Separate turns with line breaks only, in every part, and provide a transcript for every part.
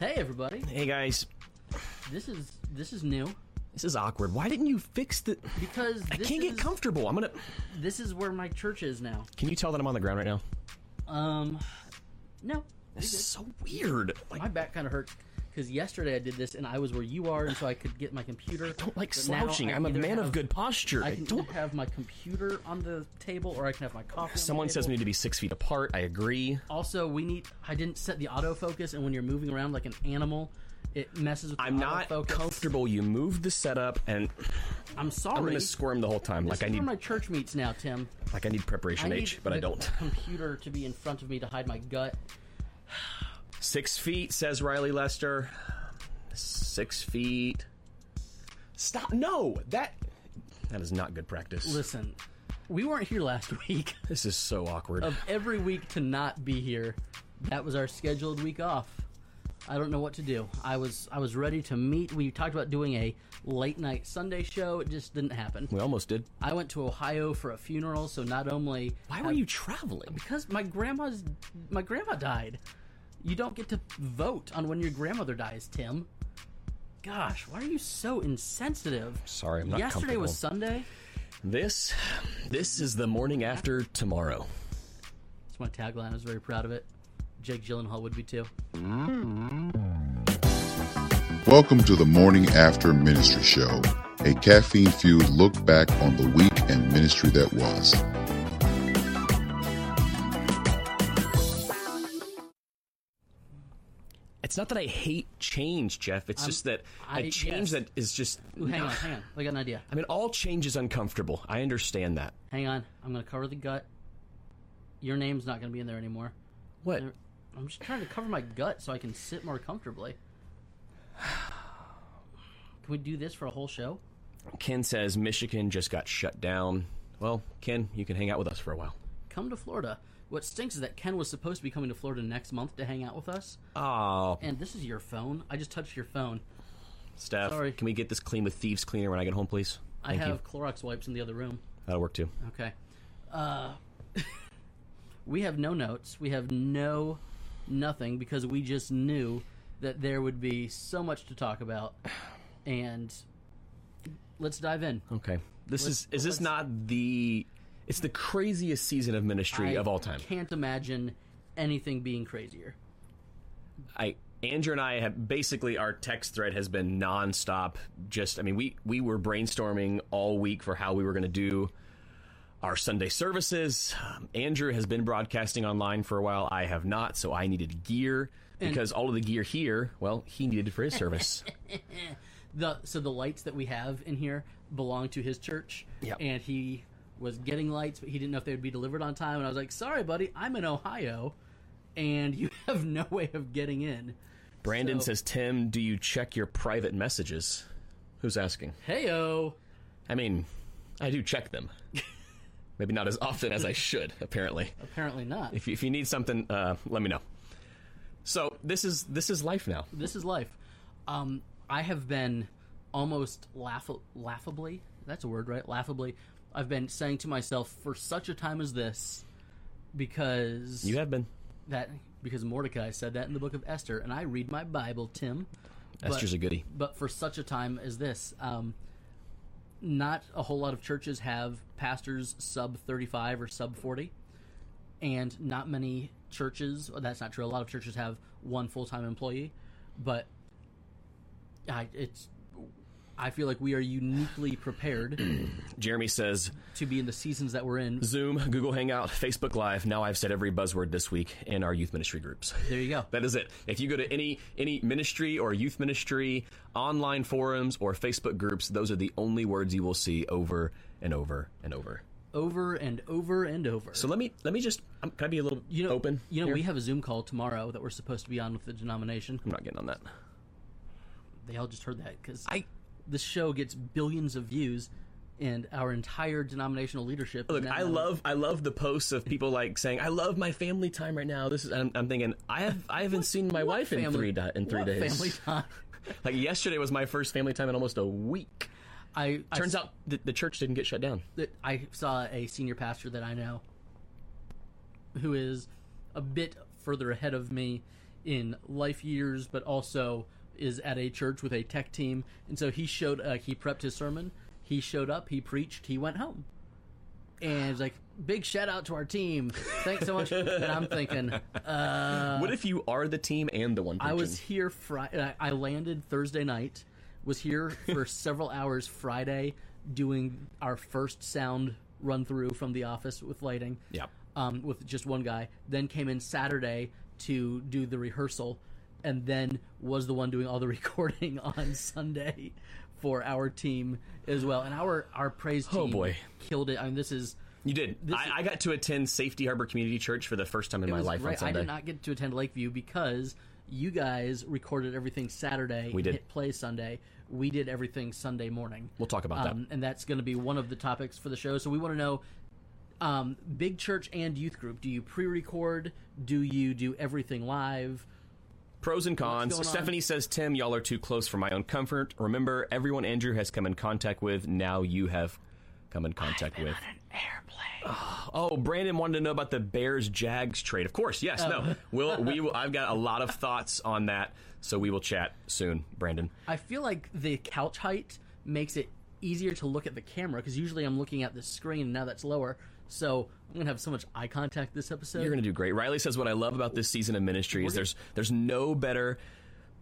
Hey everybody,
Hey guys,
this is this is new
this is awkward. Why didn't you fix the?
because
I
this
can't
is,
get comfortable. I'm gonna.
This is where my church is now.
Can you tell that I'm on the ground right now?
Um, no,
This is so weird. Like
my back kind of hurts because yesterday I did this and I was where you are, and so I could get my computer.
I don't like
but now
slouching.
I
I'm a
either
man of
have-
good posture. I,
I can
don't.
have my computer on the table, or I can have my coffee. on the
Someone says
table.
we need to be six feet apart. I agree.
Also, we need. I didn't set the autofocus, and when you're moving around like an animal, it messes with. The
I'm not
autofocus.
comfortable. You moved the setup, and
I'm sorry.
I'm gonna squirm the whole time.
This
Like I
is
need,
where my church meets now, Tim.
like I need preparation
I
H,
need
but I
the
don't.
Computer to be in front of me to hide my gut.
Six feet, says Riley Lester. Six feet. Stop! No, that that is not good practice.
Listen, we weren't here last week.
This is so awkward.
Of every week to not be here, that was our scheduled week off. I don't know what to do. I was I was ready to meet. We talked about doing a late night Sunday show. It just didn't happen.
we almost did.
I went to Ohio for a funeral, so not only
Why were you traveling?
because my grandma's my grandma died. You don't get to vote on when your grandmother dies, Tim. Gosh, why are you so insensitive?
Sorry, I'm not
Yesterday was
comfortable.
Sunday.
This, this is the morning after tomorrow.
It's my tagline. I was very proud of it. Jake Gyllenhaal would be too.
Welcome to the Morning After Ministry Show, a caffeine fueled look back on the week and ministry that was.
It's not that I hate change, Jeff. It's just that
Um, I-
a
yes.
change that is just.
Ooh, hang on, hang on. I got an idea.
I mean, all change is uncomfortable. I understand that.
Hang on. I'm gonna cover the gut. Your name's not gonna be in there anymore.
What?
I'm just trying to cover my gut so I can sit more comfortably. Can we do this for a whole show?
Ken says Michigan just got shut down. Well, Ken, you can hang out with us for a while.
Come to Florida. What stinks is that Ken was supposed to be coming to Florida next month to hang out with us,
Oh,
and this is your phone. I just touched your phone.
Steph,
Sorry.
can we get this clean with thieves cleaner when I get home, please? Thank
I have
you.
Clorox wipes in the other room.
That'll work too.
Okay. Uh, we have no notes. We have no nothing because we just knew that there would be so much to talk about, and let's dive in.
Okay. This is is this
Oh. let's-
not the? It's the craziest season of ministry
I
of all time.
Can't imagine anything being crazier.
I Andrew and I have basically our text thread has been nonstop. Just I mean we we were brainstorming all week for how we were going to do our Sunday services. Um, Andrew has been broadcasting online for a while. I have not, so I needed gear because all of the gear here, well, he needed for his service.
The so the lights that we have in here belong to his church,
Yep.
and he was getting lights, but he didn't know if they would be delivered on time. And I was like, "Sorry, buddy, I'm in Ohio." And you have no way of getting in.
Brandon
So-
says, "Tim, do you check your private messages?" Who's asking?
Heyo.
I mean, I do check them. Maybe not as often as I should, apparently.
Apparently not.
if you, if you need something, uh, let me know. So this is this is life now.
This is life. Um, I have been almost laugh- laughably. That's a word, right? Laughably. I've been saying to myself for such a time as this, because
You have been.
that because Mordecai said that in the book of Esther, and I read my Bible, Tim.
Esther's a goodie.
But for such a time as this, um, not a whole lot of churches have pastors sub 35 or sub 40, and not many churches. oh, That's not true. A lot of churches have one full time employee, but I, it's. I feel like we are uniquely prepared
Jeremy says
to be in the seasons that we're in.
Zoom, Google Hangout, Facebook Live. Now I've said every buzzword this week in our youth ministry groups.
There you go.
That is it. If you go to any any ministry or youth ministry online forums or Facebook groups, those are the only words you will see over and over and over.
Over and over and over.
So let me let me just um, can I be a little
you know,
open?
You know,
here?
we have a Zoom call tomorrow that we're supposed to be on with the denomination.
I'm not getting on that.
They all just heard that because
I
the show gets billions of views, and our entire denominational leadership.
Look, I love I love the posts of people like saying, "I love my family time right now." This is I'm, I'm thinking I have I haven't seen my wife in three di- in three
what
days.
Family time.
Like yesterday was my first family time in almost a week.
I I
Turns out the, the church didn't get shut down.
that I saw a senior pastor that I know who is a bit further ahead of me in life years, but also is at a church with a tech team. And so he showed, uh, he prepped his sermon. He showed up, he preached, he went home. And it's like, big shout out to our team. Thanks so much. and I'm thinking, uh,
what if you are the team and the one?
I
preaching?
was here Friday. I landed Thursday night. Was here for several hours Friday doing our first sound run through from the office with lighting.
Yep.
Um, with just one guy. Then came in Saturday to do the rehearsal, and then was the one doing all the recording on Sunday for our team as well. And our our praise team
Oh, boy.
killed it. I mean, this is
You did.
This
I, I got to attend Safety Harbor Community Church for the first time in my
was
life on
great. I
Sunday.
did not get to attend Lakeview because you guys recorded everything Saturday.
We did.
Hit play Sunday. We did everything Sunday morning.
We'll talk about that.
um, and that's going to be one of the topics for the show. So we want to know, um, big church and youth group. Do you pre-record? Do you do everything live?
Pros and cons.
going on?
Stephanie says, Tim, y'all are too close for my own comfort. Remember, everyone Andrew has come in contact with, now you have come in contact with. Oh, Brandon wanted to know about the Bears Jags trade. Of course, yes,
Oh.
no. We'll, we will, I've got a lot of thoughts on that, so we will chat soon, Brandon.
I feel like the couch height makes it easier to look at the camera because usually I'm looking at the screen and now that's lower. So I'm gonna have so much eye contact this episode.
You're going to do great. Riley says, What I love about this season of ministry is there's, there's no better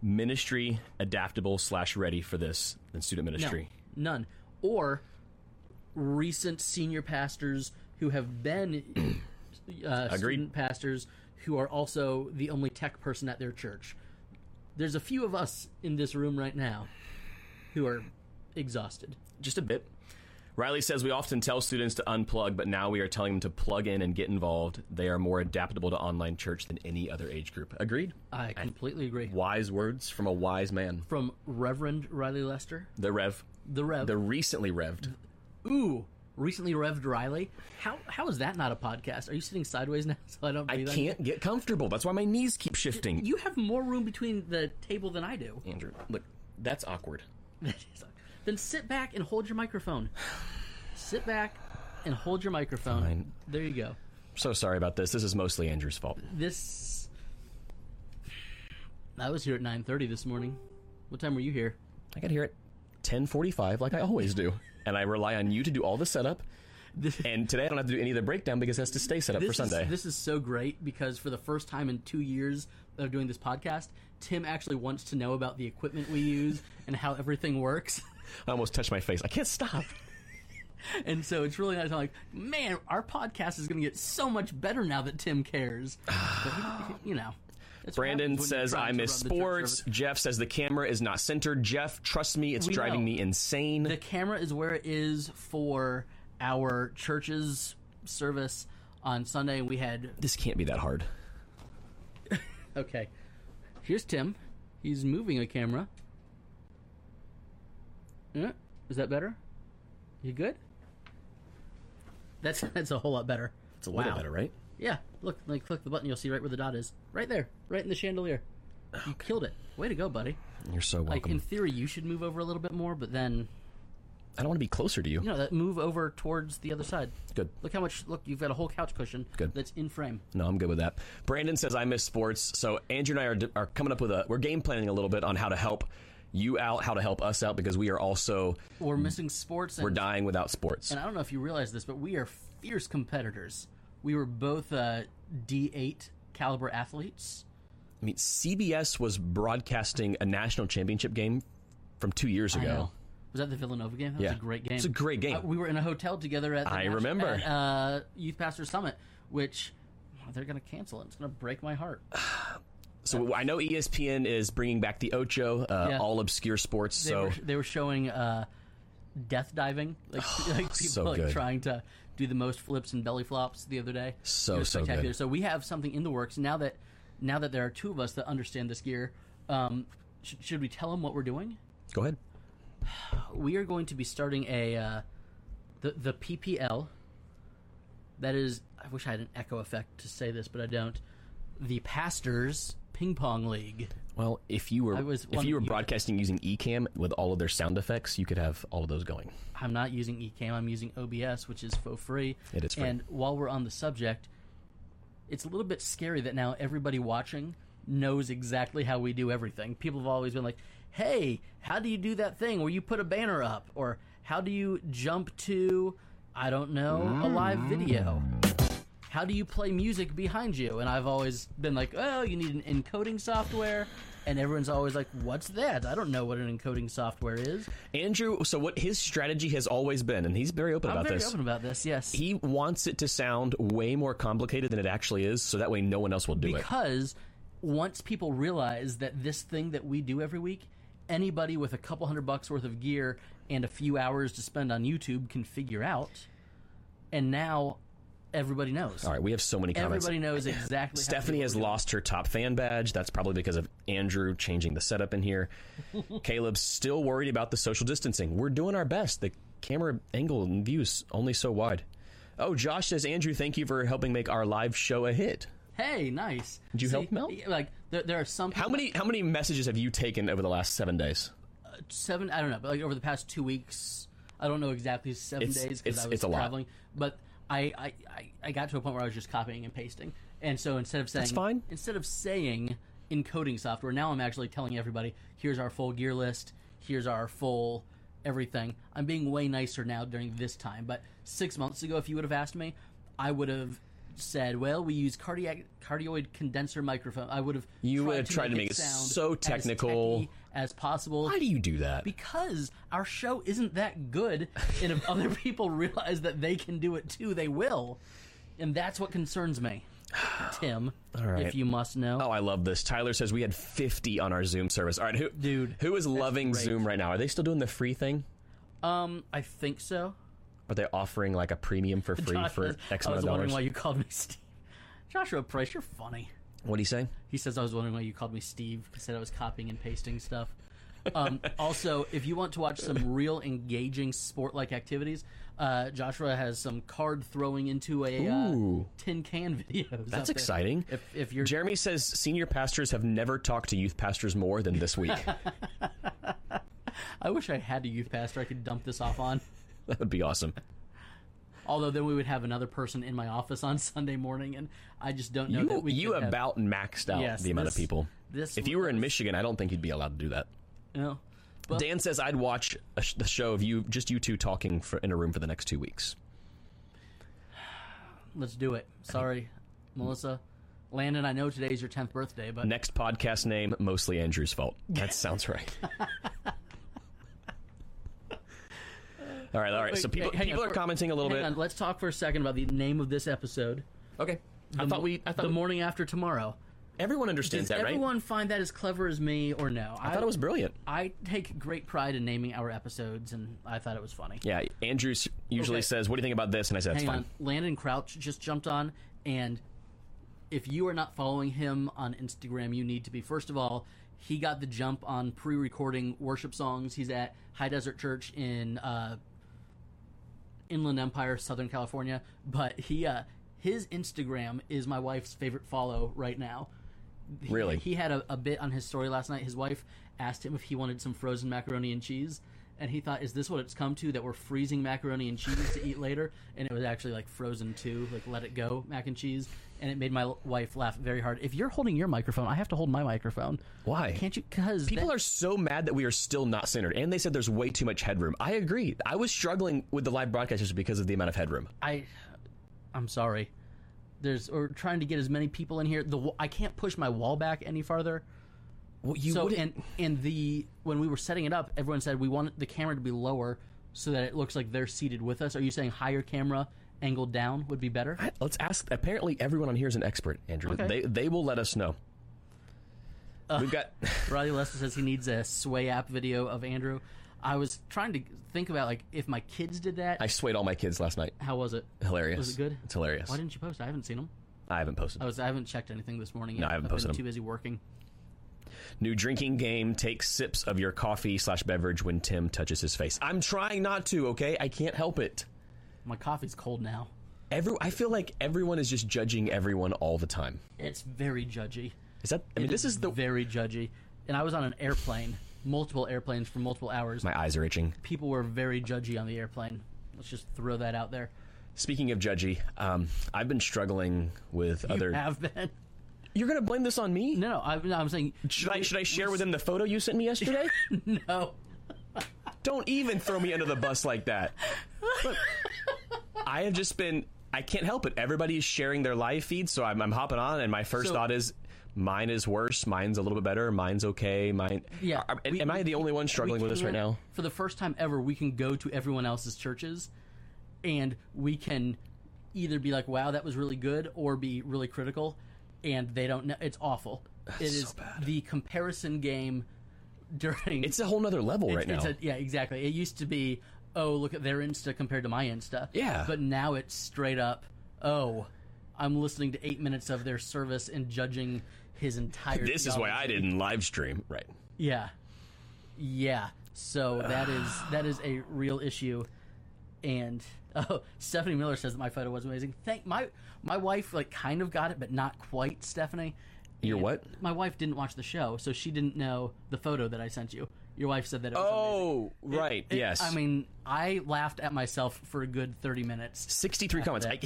ministry adaptable slash ready for this than student
No,
ministry.
none. Or recent senior pastors who have been uh, student pastors who are also the only tech person at their church. There's a few of us in this room right now who are exhausted.
just a bit. Riley says we often tell students to unplug, but now we are telling them to plug in and get involved. They are more adaptable to online church than any other age group. Agreed.
I completely agree.
Wise words from a wise man.
From Reverend Riley Lester,
The Rev,
the Rev.
the recently revved.
Ooh, recently Revved Riley. How how is that not a podcast? Are you sitting sideways now so I don't?
I
breathe on you?
can't get comfortable. That's why my knees keep shifting.
You have more room between the table than I do.
Andrew, look, that's awkward.
then sit back and hold your microphone. sit back and hold your microphone.
Fine.
There you go.
So sorry about this. This is mostly Andrew's fault.
This. I was here at nine thirty this morning. What time were you here?
I got here at 10:45 like I always do, and I rely on you to do all the setup.
This-
And today I don't have to do any of the breakdown because it has to stay set up for
This is,
Sunday.
this is so great because for the first time in two years of doing this podcast, Tim actually wants to know about the equipment we use and how everything works.
I almost touched my face. I can't stop.
And so it's really nice. I'm like, man, our podcast is going to get so much better now that Tim cares. But he- he- you know, that's what
Brandon
happens when you're
says
trying
I
to
miss
run the church
sports.
service.
Jeff says the camera is not centered. Jeff, trust me, it's
We
driving
know.
me insane.
The camera is where it is for our church's service on Sunday. We had
this can't be that hard.
okay. Here's Tim. He's moving a camera. Yeah, Is that better? You good? That's that's a whole lot better.
It's a little
Wow.
better, right?
Yeah, look, like click the button, you'll see right where the dot is. Right there, right in the chandelier. You killed it. Way to go, buddy.
You're so
Like
welcome.
in theory, you should move over a little bit more, but then
I don't want to be closer to you.
you know that move over towards the other side.
Good.
Look how much. Look, you've got a whole couch cushion.
Good.
That's in frame.
No, I'm good with that. Brandon says I miss sports, so Andrew and I are, are coming up with a we're game planning a little bit on how to help you out, how to help us out because we are also
We're missing sports. And,
Mm. we're dying without sports.
and I don't know if you realize this, but we are fierce competitors. We were both uh, D8 caliber athletes.
I mean, CBS was broadcasting a national championship game from 2 years
I
ago.
know. Was that the Villanova game? That
Yeah.
was a great game.
It's a great game.
Uh, we were in a hotel together at the
I
Nash-
remember.
at, uh, Youth Pastor Summit, which oh, they're going to cancel it. It's going to break my heart.
So I know E ESPN is bringing back the Ocho, uh,
Yeah.
all obscure sports.
They,
so
were, they were showing uh, death diving, like, like people
Oh, so
like,
good.
trying to do the most flips and belly flops the other day.
So,
It was
so good.
spectacular. So we have something in the works now that now that there are two of us that understand this gear. Um, sh- should we tell them what we're doing?
go ahead.
we are going to be starting a uh, the the PPL. That is, I wish I had an echo effect to say this, but I don't. The Pastors Ping Pong League.
Well, if you were
I was
if you were
wondering-
broadcasting using Ecamm with all of their sound effects, you could have all of those going.
I'm not using Ecamm. I'm using OBS, which is for free.
It is free.
And while we're on the subject, it's a little bit scary that now everybody watching knows exactly how we do everything. People have always been like, "Hey, how do you do that thing where you put a banner up?" or "How do you jump to I don't know, a live
Mm.
video?" How do you play music behind you? And I've always been like, "Oh, you need an encoding software." And everyone's always like, "What's that? I don't know what an encoding software is."
Andrew, so what his strategy has always been, and he's very open
I'm
about
very
this.
open about this. Yes.
He wants it to sound way more complicated than it actually is, so that way no one else will do it.
because once people realize that this thing that we do every week, anybody with a couple hundred bucks worth of gear and a few hours to spend on YouTube can figure out. And now everybody knows.
All right, we have so many comments.
everybody knows exactly. how
Stephanie
people
has
do it.
lost her top fan badge. That's probably because of Andrew changing the setup in here. Caleb's still worried about the social distancing. We're doing our best. The camera angle and views only so wide. Oh, Josh says, Andrew, thank you for helping make our live show a hit.
Hey, nice. Did
you help, Mel?
Like there, there are some
How
people-
many how many messages have you taken over the last seven days?
seven. I don't know, but like over the past two weeks, I don't know exactly seven
It's-
days
it's-
because I was
it's a lot.
traveling. But I, I, I, I got to a point where I was just copying and pasting, and so instead of saying
fine.
instead of saying encoding software, now I'm actually telling everybody here's our full gear list, here's our full everything. I'm being way nicer now during this time. But six months ago, if you would have asked me, I would have said, "Well, we use cardiac cardioid condenser microphone." I would have
You would have tried to make it
sound
so
as
technical.
techy as possible
Why do you do that?
because our show isn't that good and if other people realize that they can do it too they will and that's what concerns me tim
right.
if you must know
Oh, I love this. Tyler says we had 50 on our Zoom service. All right, who,
Dude,
who is loving
great.
Zoom right now? Are they still doing the free thing? Oh.
um i think so
Are they offering like a premium for free
Josh
for
says-
X
i
amount
was
of
wondering
dollars?
why you called me steve joshua price you're funny
What do you say?
he says i was wondering why you called me steve he said i was copying and pasting stuff um, also if you want to watch some real engaging sport like activities uh, joshua has some card throwing into a uh,
Ooh.
tin can videos
That's
up there.
exciting.
if, if you're
Jeremy says senior pastors have never talked to youth pastors more than this week.
I wish I had a youth pastor I could dump this off on.
that would be awesome.
Although then we would have another person in my office on Sunday morning, and I just don't know
You,
that we
you
could have-
about maxed out
Yes,
the amount
this-
of people.
this
if you were in
was-
Michigan, I don't think you'd be allowed to do that.
you know, Well-
Dan says I'd watch a sh- the show of you just you two talking for, in a room for the next two weeks.
let's do it. Sorry, Melissa, Landon. I know today's your tenth birthday, but
Next podcast name mostly Andrew's fault. That sounds right. all right, all right. So
Wait,
people
hey, hang
people
on,
are
for-
commenting a little
hang
bit.
on. Let's talk for a second about the name of this episode.
Okay, I thought we I thought
the morning after tomorrow.
everyone understands
Does
that, right?
everyone find that as clever as me, or no?
I thought it was brilliant.
I take great pride in naming our episodes, and I thought it was funny.
Yeah, Andrew s- usually
Okay.
says, "What do you think about this?" And I said, "It's
Hang
fine."
on. Landon Crouch just jumped on, and if you are not following him on Instagram, you need to be. First of all, he got the jump on pre recording worship songs. He's at High Desert Church in uh, Inland Empire, Southern California. But he, uh, his Instagram is my wife's favorite follow right now. He-
Really?
He had a, a bit on his story last night. His wife asked him if he wanted some frozen macaroni and cheese. And he thought, is this what it's come to that we're freezing macaroni and cheese to eat later? And it was actually like frozen too, like let it go mac and cheese. And it made my l- wife laugh very hard. If you're holding your microphone, I have to hold my microphone.
Why?
Can't you? Because
People are so mad that we are still not centered, and they said there's way too much headroom. I agree. I was struggling with the live broadcasters because of the amount of headroom.
I, I'm sorry. There's we're trying to get as many people in here. The wa- I can't push my wall back any farther.
Well, you
so
wouldn't-
and and the when we were setting it up, everyone said we want the camera to be lower so that it looks like they're seated with us. Are you saying higher camera angled down would be better?
I- let's ask. Apparently, everyone on here is an expert, Andrew.
Okay.
They they will let us know. We've got
Riley Lester says he needs a sway app video of Andrew. I was trying to think about like if my kids did that.
I swayed all my kids last night.
how was it?
Hilarious.
Was it good?
It's hilarious.
Why didn't Oh. you post? I haven't seen them.
I haven't posted.
I was I haven't checked anything this morning. Yet.
I haven't
I've
posted
been
'em.
Too busy working.
New drinking game: take sips of your coffee slash beverage when Tim touches his face. I'm trying not to. Okay, I can't help it.
My coffee's cold now.
Every I feel like everyone is just judging everyone all the time.
It's very judgy.
Is that? I mean, this is the.
very judgy. And I was on an airplane, multiple airplanes for multiple hours.
My eyes are itching.
People were very judgy on the airplane. Let's just throw that out there.
Speaking of judgy, um, I've been struggling with
You
other.
have been.
You're gonna blame this on me?
No, no, I, no I'm saying
Should I should I share with him the photo you sent me yesterday?
no.
Don't even throw me under the bus like that. Look, I have just been. I can't help it. Everybody is sharing their live feed, so I'm, I'm hopping on, and my first
So-
thought is, mine is worse. Mine's a little bit better. Mine's okay. Mine.
Yeah,
Are-
we-
am I the only one struggling with this right
can-
now?
For the first time ever, we can go to everyone else's churches, and we can either be like, "Wow, that was really good," or be really critical, and they don't know. It's awful. it is the comparison game during.
It's a whole nother level right
it's
now.
a- yeah, exactly. It used to be, "Oh, look at their Insta compared to my Insta."
Yeah.
but now it's straight up, "Oh, I'm listening to eight minutes of their service and judging." His entire
this is why I
theology.
didn't live stream. Right.
Yeah, yeah. So that is that is a real issue. And oh, Stephanie Miller says that my photo was amazing. Thank my my wife like kind of got it, but not quite. Stephanie,
Your
And
what?
My wife didn't watch the show, so she didn't know the photo that I sent you. Your wife said that. it was amazing.
Oh, right.
It-
yes.
I mean, I laughed at myself for a good thirty minutes.
63 comments. I,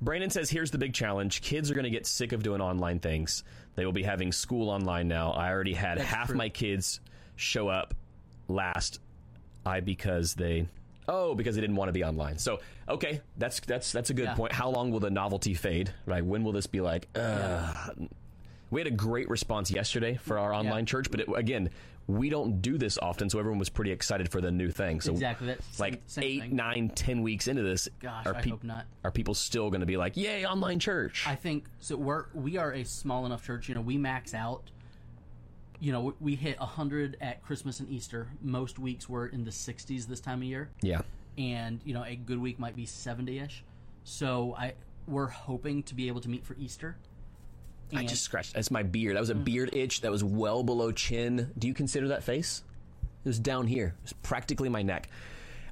Brandon says, "Here's the big challenge: kids are going to get sick of doing online things. They will be having school online now. I already had half
true.
my kids show up last. I because they." Oh, because they didn't want to be online. So, okay, that's that's that's a good
Yeah.
point. How long will the novelty fade? Right? When will this be like? Ugh. We had a great response yesterday for our online church, but it, again, we don't do this often, so everyone was pretty excited for the new thing. So
Exactly. That's
like
same, same
eight,
thing.
nine, ten weeks into this,
Gosh,
are
I
peop-
hope not.
Are people still going to be like, "Yay, online church"?
I think so. We're we are a small enough church. You know, we max out. You know, we- we hit hundred at Christmas and Easter. Most weeks we're in the sixties this time of year,
yeah,
and you know, a good week might be seventy-ish. So I we're hoping to be able to meet for Easter.
I just scratched. That's my beard. That was a beard itch. That was well below chin. Do you consider that face? It was down here. It was practically my neck.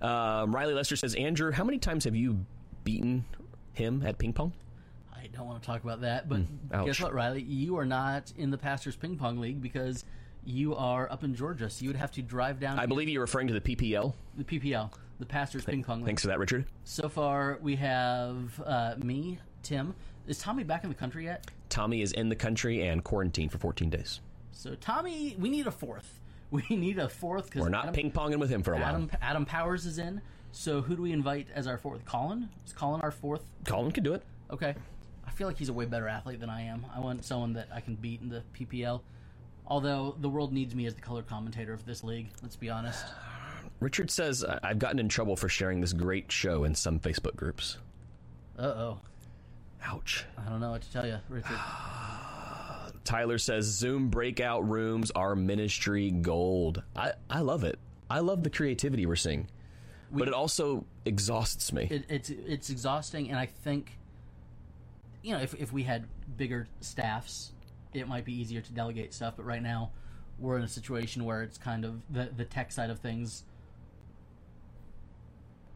Um, Riley Lester says, "Andrew, how many times have you beaten him at ping pong?"
I don't want to talk about that, but
Hmm, ouch.
guess what, Riley? You are not in the Pastors Ping Pong League because you are up in Georgia, so you would have to drive down
I believe you're referring to the PPL.
the PPL, the Pastors Ping Pong League.
Thanks for that, Richard.
So far, we have uh, me, Tim. Is Tommy back in the country yet?
Tommy is in the country and quarantined for 14 days.
So Tommy, we need a fourth. We need a fourth because
We're not ping ponging with him for a while.
Adam, Adam Powers is in. So who do we invite as our fourth? Colin? Is Colin our fourth?
Colin can do it.
Okay. I feel like he's a way better athlete than I am. I want someone that I can beat in the PPL. Although the world needs me as the color commentator of this league. Let's be honest.
Richard says, "I- I've gotten in trouble for sharing this great show in some Facebook groups.
Uh oh.
Ouch.
I don't know what to tell you, Richard.
Tyler says, Zoom breakout rooms are ministry gold. I, I love it. I love the creativity we're seeing, but it also exhausts me.
it, it's it's exhausting, and I think, you know, if if we had bigger staffs, it might be easier to delegate stuff. But right now, we're in a situation where it's kind of the the tech side of things.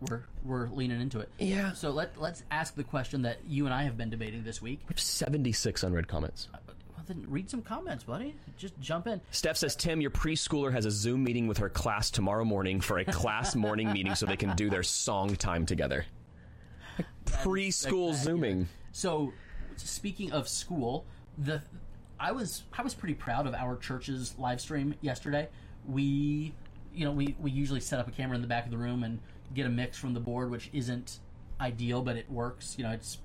We're we're leaning into it.
yeah.
So let let's ask the question that you and I have been debating this week.
76 unread comments.
Well, then read some comments, buddy. Just jump in.
Steph says, Tim, your preschooler has a Zoom meeting with her class tomorrow morning for a class morning meeting so they can do their song time together. Preschool Zooming.
So, speaking of school, the I was I was pretty proud of our church's live stream yesterday. We, you know, we we usually set up a camera in the back of the room and get a mix from the board, which isn't ideal, but it works. You know, it's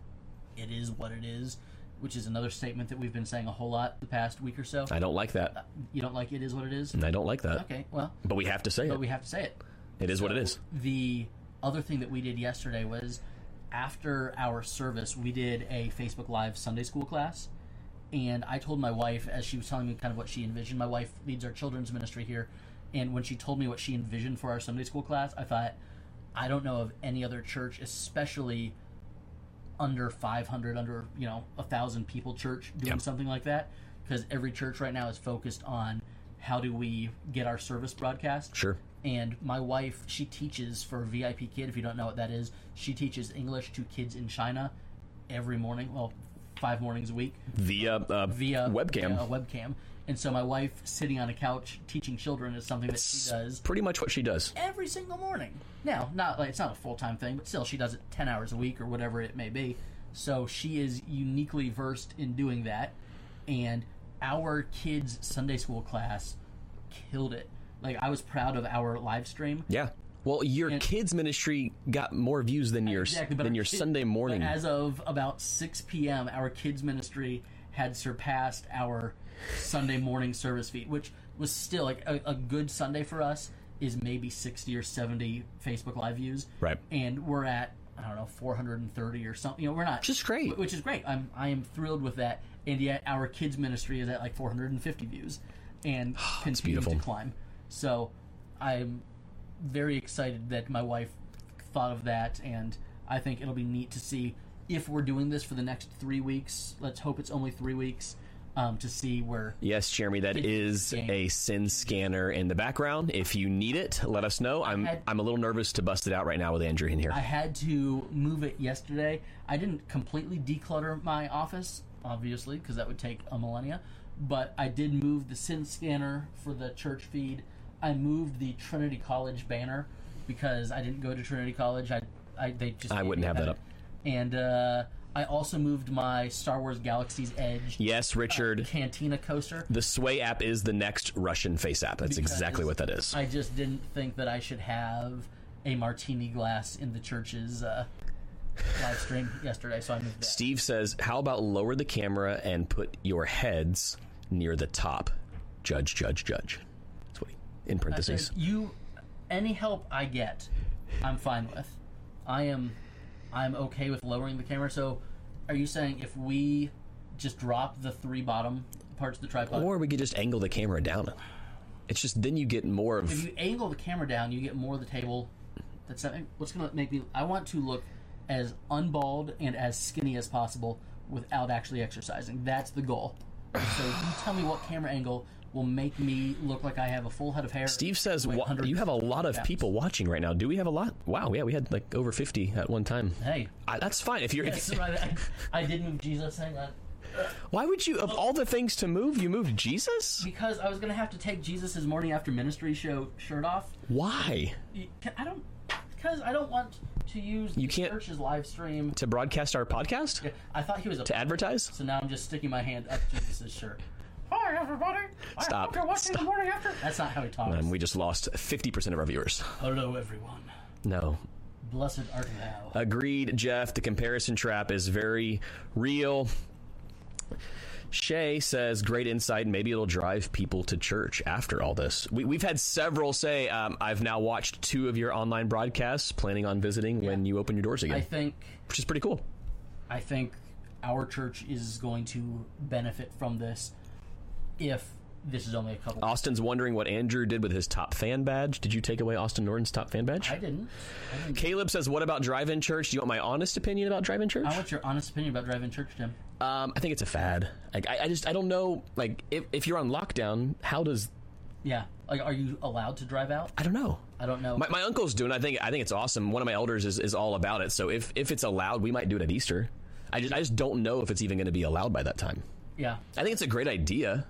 it is what it is, which is another statement that we've been saying a whole lot the past week or so.
I Mm. don't like that.
You don't like it is what it is.
I don't like that.
Okay, well,
But we have to say it.
but we have to say it.
It is what it is.
The other thing that we did yesterday was after our service, we did a Facebook Live Sunday school class. And I told my wife, as she was telling me kind of what she envisioned, my wife leads our children's ministry here. And when she told me what she envisioned for our Sunday school class, I thought, I don't know of any other church, especially under 500, under, you know, a 1,000 people church doing something like that. Because every church right now is focused on how do we get our service broadcast
Sure.
and my wife she teaches for VIP Kid. If you don't know what that is, she teaches English to kids in China every morning. Well, five mornings a week
Via, uh,
via
webcam.
via a webcam. And so my wife sitting on a couch teaching children is something that she does
Pretty much what she does.
every single morning. Now, not like it's not a full time thing, but still, she does it ten hours a week or whatever it may be. So she is uniquely versed in doing that, and our kids' Sunday school class killed it. Like I was proud of our live stream.
Yeah. Well, your
And-
kids ministry got more views than your
Exactly, but
than
our
your
kid-
Sunday morning.
But as of about 6 p.m., our kids' ministry had surpassed our Sunday morning service feed, which was still like a, a good Sunday for us is maybe 60 or 70 Facebook Live views.
Right.
And we're at, I don't know, 430 or something. You know, we're not.
Which is great.
wh- Which is great. I'm, I am thrilled with that. And yet our kids' ministry is at like 450 views and continuing
beautiful.
to climb. So I'm very excited that my wife thought of that, and I think it'll be neat to see if we're doing this for the next three weeks. Let's hope it's only three weeks um, to see where.
yes, Jeremy, that is
game.
a sin scanner in the background. If you need it, let us know. I'm
had-
I'm a little nervous to bust it out right now with Andrew in here.
I had to move it yesterday. I didn't completely declutter my office, obviously, because that would take a millennia. But I did move the sin scanner for the church feed. I moved the Trinity College banner because I didn't go to Trinity College. I, I they just
I wouldn't have that up.
And uh, I also moved my Star Wars Galaxy's Edge
yes, Richard.
Cantina coaster.
The Sway app is the next Russian face app. That's exactly what that is.
I just didn't think that I should have a martini glass in the church's uh, live stream yesterday, so I moved that.
Steve says, "How about lower the camera and put your heads near the top?" Judge, judge, judge. That's what he in parentheses.
If you any help I get, I'm fine with. I am I'm okay with lowering the camera. So are you saying if we just drop the three bottom parts of the tripod
Or we could just angle the camera down. It's just then you get more of
if you angle the camera down, you get more of the table. That's not, what's going to make me. I want to look as unbald and as skinny as possible without actually exercising. That's the goal. So you tell me what camera angle will make me look like I have a full head of hair.
Steve says,
weigh
"Wha-
100
"You have a lot of
pounds."
people watching right now. Do we have a lot? Wow, yeah, we had like over fifty at one time.
Hey,
I, that's fine. If you're,
that's right. I, I did move Jesus. Hang on,
why would you of all the things to move, you move Jesus?
because I was going to have to take Jesus's morning after ministry show shirt off.
Why
I don't because I don't want to use you the
can't-
church's live stream.
to broadcast our podcast
I thought he was a
to advertise?
So now I'm just sticking my hand up Jesus' shirt. Hi, everybody.
Stop.
I hope you're watching
Stop.
the morning after. That's not how he talks.
And Um, we just lost fifty percent of our viewers.
Hello, everyone.
No,
Blessed art thou.
Agreed, Jeff. The comparison trap is very real. Shay says, "Great insight. Maybe it'll drive people to church after all this." We, we've had several say, um, "I've now watched two of your online broadcasts. Planning on visiting when you open your doors again,"
I think
which is pretty cool.
I think our church is going to benefit from this if this is only a couple.
Austin's wondering what Andrew did with his top fan badge. Did you take away Austin Norton's top fan badge?
I didn't. I didn't.
Caleb says, "What about drive-in church? Do you want my honest opinion about drive-in church?"
I want your honest opinion about driving church, Tim.
um, I think it's a fad. Like, I, I just I don't know. Like, if, if you're on lockdown, how does
Yeah. Like, are you allowed to drive out?
I don't know.
I don't know.
My, my uncle's doing. I think. I think it's awesome. One of my elders is, is all about it. So if if it's allowed, we might do it at Easter. I just I just don't know if it's even going to be allowed by that time.
yeah.
I think it's a great idea.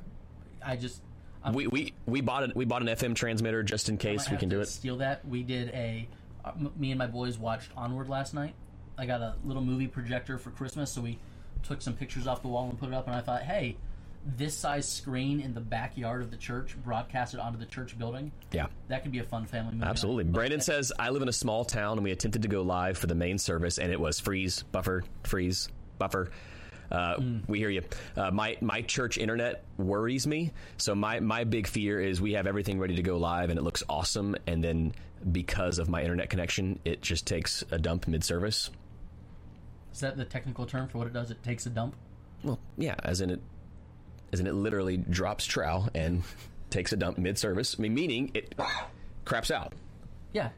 I just. I
We we we bought it. We bought an FM transmitter just in
Uh, might
case we
have
can do
to
it.
Steal that. We did a. uh, m- Me and my boys watched Onward last night. I got a little movie projector for Christmas, so we took some pictures off the wall and put it up. And I thought, hey, this size screen in the backyard of the church broadcasted onto the church building.
Yeah.
That could be a fun family movie. night.
Absolutely. Brandon says I live in a small town and we attempted to go live for the main service and it was freeze, buffer, freeze, buffer. Uh, We hear you. Uh, my my church internet worries me. So my my big fear is we have everything ready to go live and it looks awesome, and then because of my internet connection, it just takes a dump mid service.
Is that the technical term for what it does? It takes a dump.
Well, yeah, as in it, as in it literally drops trowel and takes a dump mid service. I mean, meaning it craps out.
Yeah.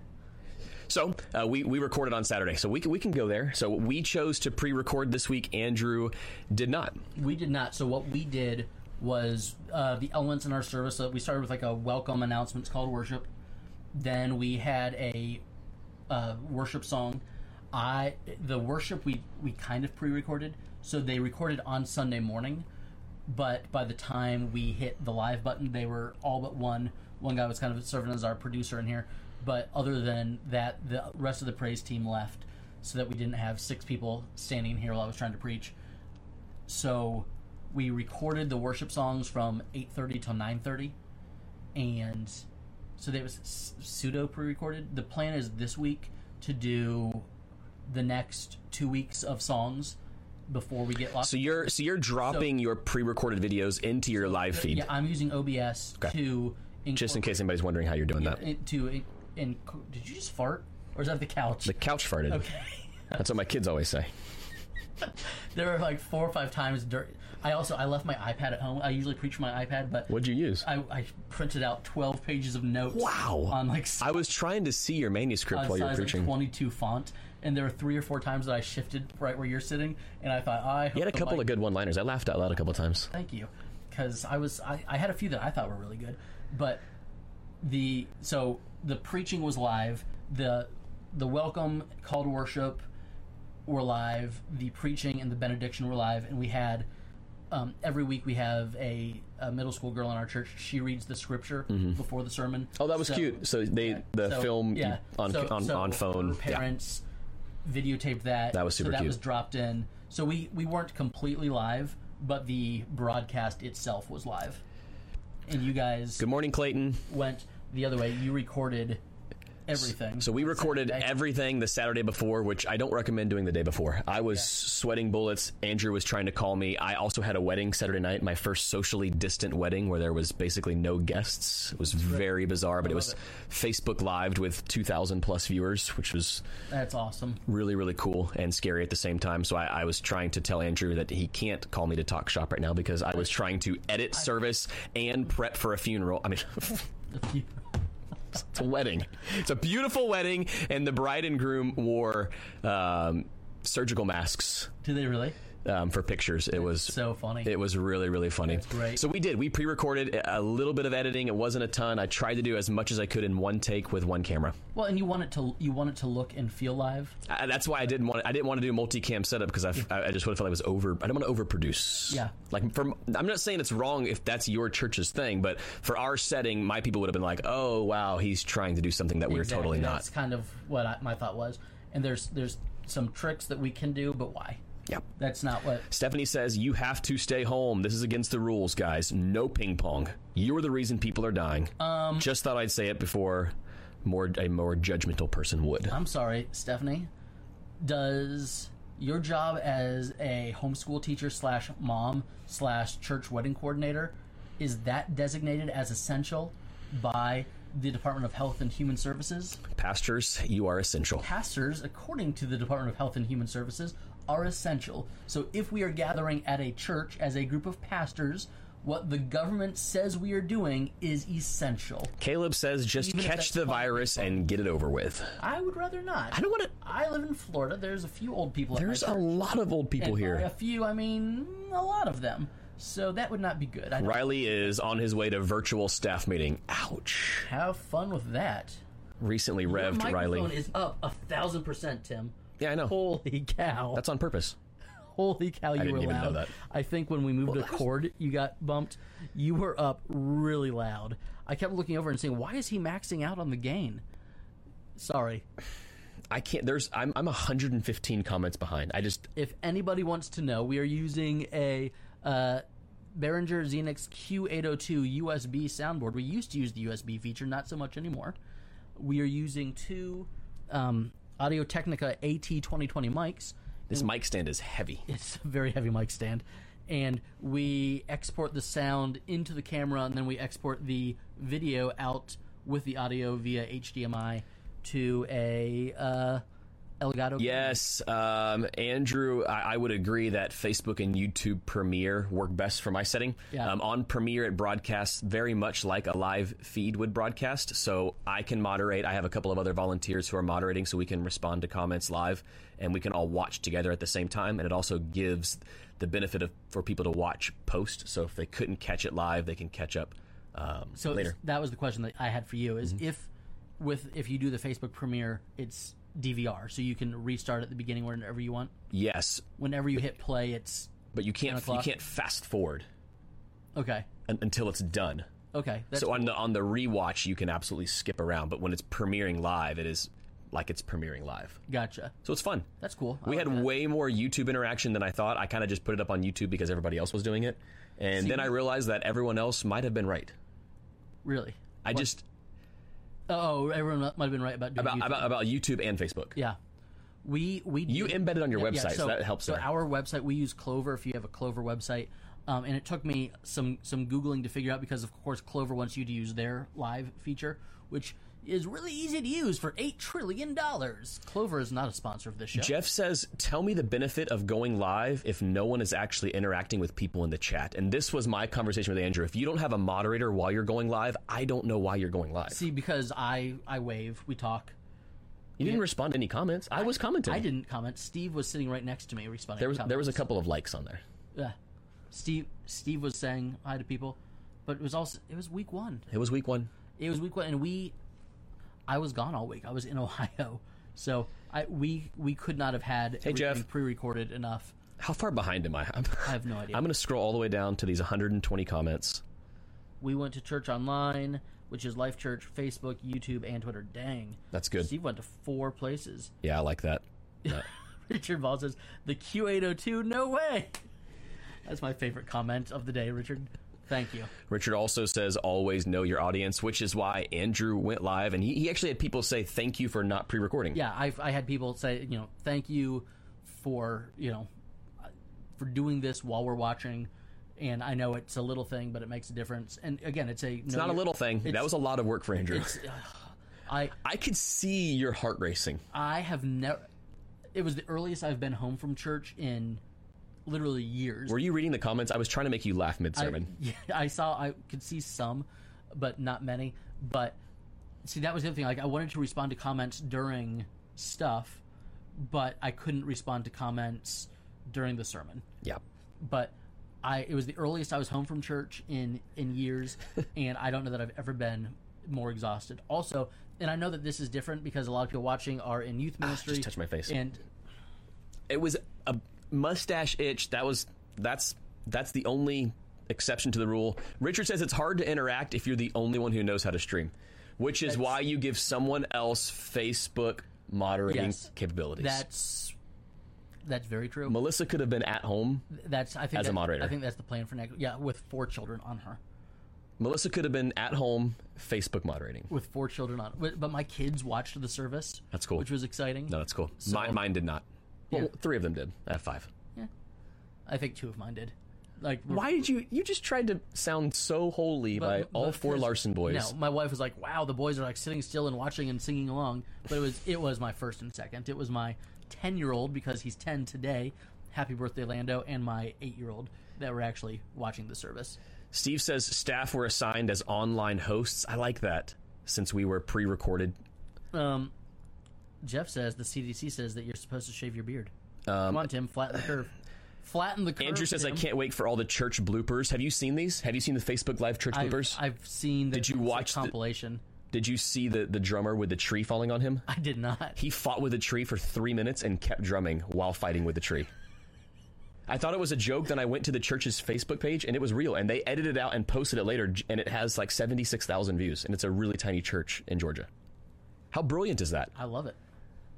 So uh, we we recorded on Saturday, so we can, we can go there. So we chose to pre-record this week. Andrew did not.
We did not. So what we did was uh, the elements in our service. So we started with like a welcome announcement it's called worship. Then we had a uh, worship song. I the worship we we kind of pre-recorded, so they recorded on Sunday morning. But by the time we hit the live button, they were all but one. One guy was kind of serving as our producer in here, but other than that, the rest of the praise team left, so that we didn't have six people standing here while I was trying to preach. So we recorded the worship songs from 8.30 till 9.30 and so that was s- pseudo pre-recorded the plan is this week to do the next two weeks of songs before we get locked
So you're so you're dropping your pre-recorded videos into your live feed,
yeah i'm using obs to
just in case anybody's wondering how you're doing that.
in, to in, in, did you just fart or is that the couch
The couch farted. That's what my kids always say.
there were like four or five times dur i also i left my ipad at home i usually preach from my ipad but
What'd you use? I,
I, I printed out 12 pages of notes
Wow.
on like s-
was trying to see your manuscript
on
while you're
size like
preaching.
22 font and there were three or four times that I shifted right where you're sitting and I thought I
You had a couple of good one-liners. I laughed out loud a couple times.
thank you because I was I, I had a few that I thought were really good but the so the preaching was live the the welcome call to worship were live the preaching and the benediction were live and we had um, every week we have a, a middle school girl in our church she reads the scripture before the sermon
Mm-hmm. Oh, that was
So-
cute. So they the
so,
film you-
yeah.
on
So-
on,
so
on
her
phone. Yeah.
parents videotaped that.
That was super
so that
cute.
was dropped in. So we we weren't completely live, but the broadcast itself was live. And you guys
Good morning, Clayton.
went the other way. You recorded everything.
So we recorded everything the Saturday before, which I don't recommend doing the day before. I was sweating bullets. Andrew was trying to call me. I also had a wedding Saturday night, my first socially distant wedding where there was basically no guests. It was very bizarre, but it was Facebook lived with 2,000 plus viewers, which was
That's awesome.
really, really cool and scary at the same time. So I, I was trying to tell Andrew that he can't call me to talk shop right now because I was trying to edit service and prep for a funeral. I mean, It's a wedding. It's a beautiful wedding, and the bride and groom wore um, surgical masks
Do they really?
um, for pictures. It was
So funny.
It was really really funny.
great.
So we did. We pre-recorded a little bit of editing. It wasn't a ton. I tried to do as much as I could in one take with one camera.
well, and you want it to you want it to look and feel live.
I, that's why I didn't want. I didn't want to do a multi-cam setup because I, I just would have felt I was over. I don't want to overproduce.
Yeah.
Like from, I'm not saying it's wrong if that's your church's thing, but for our setting, my people would have been like, "Oh wow, he's trying to do something that we're
Exactly.
totally not."
That's kind of what I, my thought was. And there's there's some tricks that we can do, but why?
Yep.
That's not what
Stephanie says, You have to stay home. This is against the rules, guys. No ping pong. You're the reason people are dying. Um, Just thought I'd say it before more a more judgmental person would.
I'm sorry, Stephanie. Does your job as a homeschool teacher slash mom slash church wedding coordinator is that designated as essential by the Department of Health and Human Services?
Pastors, you are essential.
Pastors, according to the Department of Health and Human Services, are essential. So if we are gathering at a church as a group of pastors, what the government says we are doing is essential.
Caleb says, Just
Even if
catch
that's
the
fun.
virus and get it over with.
I would rather not.
I don't want to.
I live in Florida. There's a few old people. at my
There's a
church.
lot of old people
And by A
here.
few, I mean a lot of them. So that would not be good. I'd
Riley is on his way to virtual staff meeting. Ouch.
have fun with that.
Recently revved
microphone
Riley.
is up a thousand percent, Tim.
Yeah, I know.
Holy cow!
That's on purpose.
Holy cow! You
didn't
were
even know
loud.
that.
I think when we moved a cord, you got bumped. You were up really loud. I kept looking over and saying, "Why is he maxing out on the gain?" Sorry.
I can't. There's. I'm. I'm 115 comments behind. I just.
If anybody wants to know, we are using a uh, Behringer Xenix Q802 USB soundboard. We used to use the USB feature, not so much anymore. We are using two um, Audio Technica AT2020 mics.
This
Mm.
mic stand is heavy.
It's a very heavy mic stand. And we export the sound into the camera, and then we export the video out with the audio via HDMI to a uh, Elgato.
Yes, um, Andrew, I, I would agree that Facebook and YouTube Premiere work best for my setting.
Yeah.
Um, on Premiere, it broadcasts very much like a live feed would broadcast. So I can moderate. I have a couple of other volunteers who are moderating, so we can respond to comments live, and we can all watch together at the same time. And it also gives the benefit of for people to watch post. So if they couldn't catch it live, they can catch up. Um,
So
later. Mm-hmm.
that was the question that I had for you: is if with if you do the Facebook Premiere, it's DVR, so you can restart at the beginning whenever you want.
Yes,
Whenever you hit play, it's
but you can't you
o'clock.
can't fast forward
okay.
un- until it's done.
Okay, that's
so on the on the rewatch, you can absolutely skip around, but when it's premiering live, it is like it's premiering live.
Gotcha.
So it's fun.
That's cool. Uh, I
we
like
had
that.
way more YouTube interaction than I thought. I kind of just put it up on YouTube because everybody else was doing it. And then I realized that everyone else might have been right.
really.
I just
Oh, everyone might have been right about doing
about,
YouTube.
about about YouTube and Facebook.
yeah. We we
You
did-
embedded on your
Yeah,
website, so, that helps
So
there.
our website, we use Clover. If you have a Clover website, um, and it took me some some googling to figure out because of course Clover wants you to use their live feature, which is really easy to use for eight trillion dollars. Clover is not a sponsor of this show.
Jeff says, "Tell me the benefit of going live if no one is actually interacting with people in the chat." And this was my conversation with Andrew. If you don't have a moderator while you're going live, I don't know why you're going live.
See, because I I wave, we talk.
you didn't respond to any comments. I, was commenting.
I didn't comment. Steve was sitting right next to me responding.
There was
to
there was a
comments.
couple of likes on there.
Yeah. Steve Steve was saying hi to people, but it was also it was week one.
It was week one.
It was week one, and we, I was gone all week. I was in Ohio, so I we we could not have had everything
Jeff.
pre-recorded enough.
How far behind am I? I'm,
I have no idea.
I'm going to scroll all the way down to these 120 comments.
we went to church online, which is Life Church, Facebook, YouTube, and Twitter. Dang,
That's good.
Steve went to four places.
Yeah, I like that.
Richard Ball says the Q802. No way. That's my favorite comment of the day, Richard. Thank you.
Richard also says, always know your audience, which is why Andrew went live. And he, he actually had people say, thank you for not pre recording.
yeah, I've, I had people say, you know, thank you for, you know, for doing this while we're watching. And I know it's a little thing, but it makes a difference. And again, it's a
It's not a little thing. That was a lot of work for Andrew.
I
I could see your heart racing.
I have never. It was the earliest I've been home from church in literally years.
Were you reading the comments? I was trying to make you laugh mid
I-
sermon.
yeah, I saw, I could see some, but not many. But see, that was the other thing. Like, I wanted to respond to comments during stuff, but I couldn't respond to comments during the sermon.
Yeah.
But I, it was the earliest I was home from church in in years, and I don't know that I've ever been more exhausted. Also, and I know that this is different because a lot of people watching are in youth ministry.
Ah, just touched my face.
And
It was a mustache itch. That was that's that's the only exception to the rule. Richard says it's hard to interact if you're the only one who knows how to stream, which is why you give someone else Facebook moderating
Yes.
capabilities.
that's that's very true.
Melissa could have been at home.
That's I think
As a
that-
moderator.
I think that's the plan for next. Yeah, with four children on her,
Melissa could have been at home Facebook moderating.
with four children on. But, but my kids watched the service.
That's cool.
Which was exciting.
No, that's cool. mine, mine did not. Well, three of them did. I have five.
I think two of mine did. Like
Why did you? You just tried to sound so holy by
But-
all
but-
four Larson boys.
No, my wife was like, "Wow, the boys are like sitting still and watching and singing along." But it was it was my first and second. It was my ten year old because he's ten today. Happy birthday, Lando, and my eight year old that were actually watching the service.
Steve says staff were assigned as online hosts. I like that since we were pre-recorded.
Um, Jeff says the CDC says that you're supposed to shave your beard. Come on, Tim, flatten the curve. Flatten the curve.
Um, Andrew says I
Tim.
can't wait for all the church bloopers. Have you seen these? Have you seen the Facebook Live church bloopers?
I've, I've seen. The,
Did you
it's a
watch the-
compilation?
Did you see the the drummer with the tree falling on him?
I did not.
He fought with a tree for three minutes and kept drumming while fighting with the tree. I thought it was a joke. Then I went to the church's Facebook page and it was real. And they edited it out and posted it later. j- And it has like seventy six thousand views. And it's a really tiny church in Georgia. How brilliant is that?
I love it.